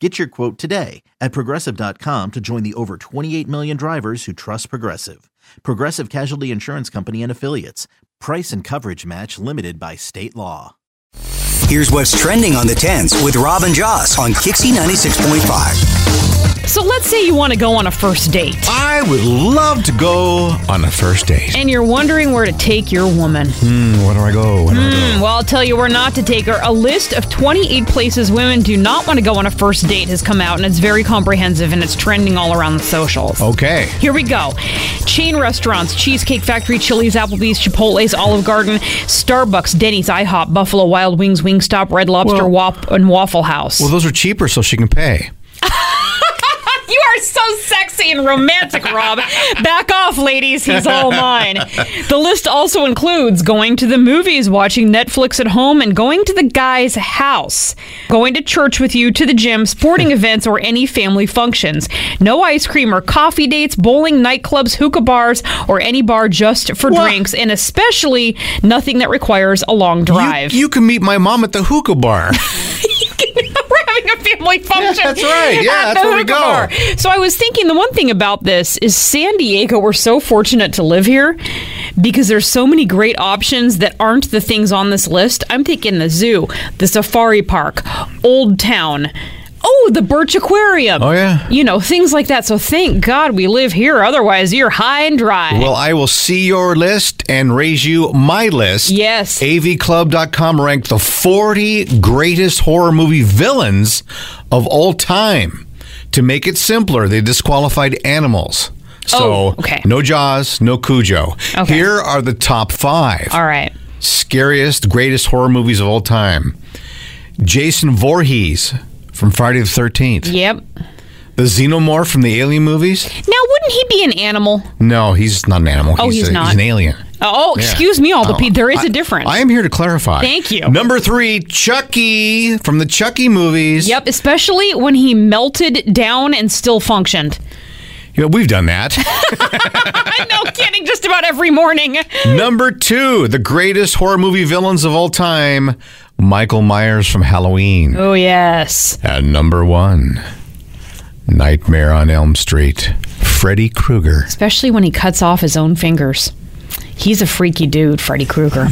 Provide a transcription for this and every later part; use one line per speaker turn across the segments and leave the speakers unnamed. Get your quote today at progressive.com to join the over 28 million drivers who trust Progressive. Progressive Casualty Insurance Company and Affiliates. Price and coverage match limited by state law.
Here's what's trending on the 10s with Rob and Joss on Kixie 96.5.
So let's say you want to go on a first date
I would love to go on a first date.
and you're wondering where to take your woman.
Hmm, where do I go? Where do I go?
Well, I'll tell you where not to take her. A list of 28 places women do not want to go on a first date has come out and it's very comprehensive and it's trending all around the socials.
Okay.
Here we go. Chain restaurants, Cheesecake Factory, Chili's, Applebee's, Chipotle's, Olive Garden, Starbucks, Denny's, IHOP, Buffalo Wild Wings, Wingstop, Red Lobster,
Well-
Wop, and Waffle House.
Well, those are cheaper, so she can pay.
You are so sexy and romantic, Rob. Back off, ladies. He's all mine. The list also includes going to the movies, watching Netflix at home, and going to the guy's house, going to church with you, to the gym, sporting events, or any family functions. No ice cream or coffee dates, bowling, nightclubs, hookah bars, or any bar just for drinks, and especially nothing that requires a long
You-
drive.
You, can meet my mom at the hookah bar.
We're having a family function.
that's right. Yeah,
at
that's
the
where we go.
hookah bar. So I was thinking the one thing about this is San Diego, we're so fortunate to live here because there's so many great options that aren't the things on this list. I'm thinking the zoo, the safari park, Old Town. Oh, the Birch Aquarium.
Oh, yeah.
You know, things like that. So thank God we live here. Otherwise, you're high and dry.
well, I will see your list and raise you my list.
Yes.
AVClub.com ranked the 40 greatest horror movie villains of all time. To make it simpler, they disqualified animals. So,
Oh, okay.
no Jaws, no Cujo.
Okay.
Here are the top five.
All right.
scariest, greatest horror movies of all time. Jason Voorhees from Friday the 13th.
Yep.
The Xenomorph from the Alien movies?
Now, wouldn't he be an animal?
No, he's not an animal.
Oh, he's
a-
not.
He's an alien.
Oh,
Yeah.
excuse me, all the
Oh,
pe- There is
I-
a difference.
I am here to clarify.
Thank you.
Number three, Chucky from the Chucky movies.
Yep, especially when he melted down and still functioned.
Yeah, we've done that.
I'm no kidding, just about every morning.
Number two, the greatest horror movie villains of all time, Michael Myers from Halloween.
Oh, yes.
At number one, Nightmare on Elm Street, Freddy Krueger.
Especially when he cuts off his own fingers. He's a freaky dude, Freddy Krueger.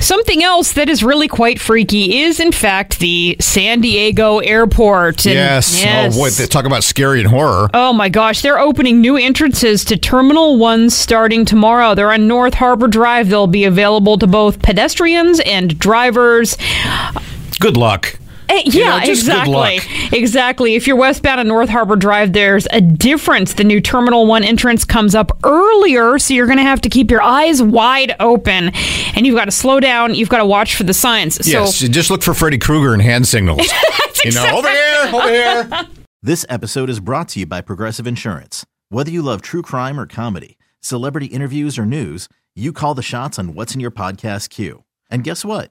Something else that is really quite freaky is, in fact, the San Diego airport. And-
Yes. Oh, boy. They talk about scary and horror.
Oh my gosh, they're opening new entrances to Terminal 1 starting tomorrow. They're on North Harbor Drive. They'll be available to both pedestrians and drivers.
Good luck.
Eh,
You
yeah,
know, just good
exactly.
luck.
Exactly. If you're westbound on North Harbor Drive, there's a difference. The new Terminal 1 entrance comes up earlier, so you're going to have to keep your eyes wide open and you've got to slow down. You've got to watch for the signs.
yes.
So,
Just look for Freddy Krueger and hand signals. you know, over here, over here.
This episode is brought to you by Progressive Insurance. Whether you love true crime or comedy, celebrity interviews or news, you call the shots on what's in your podcast queue. And guess what?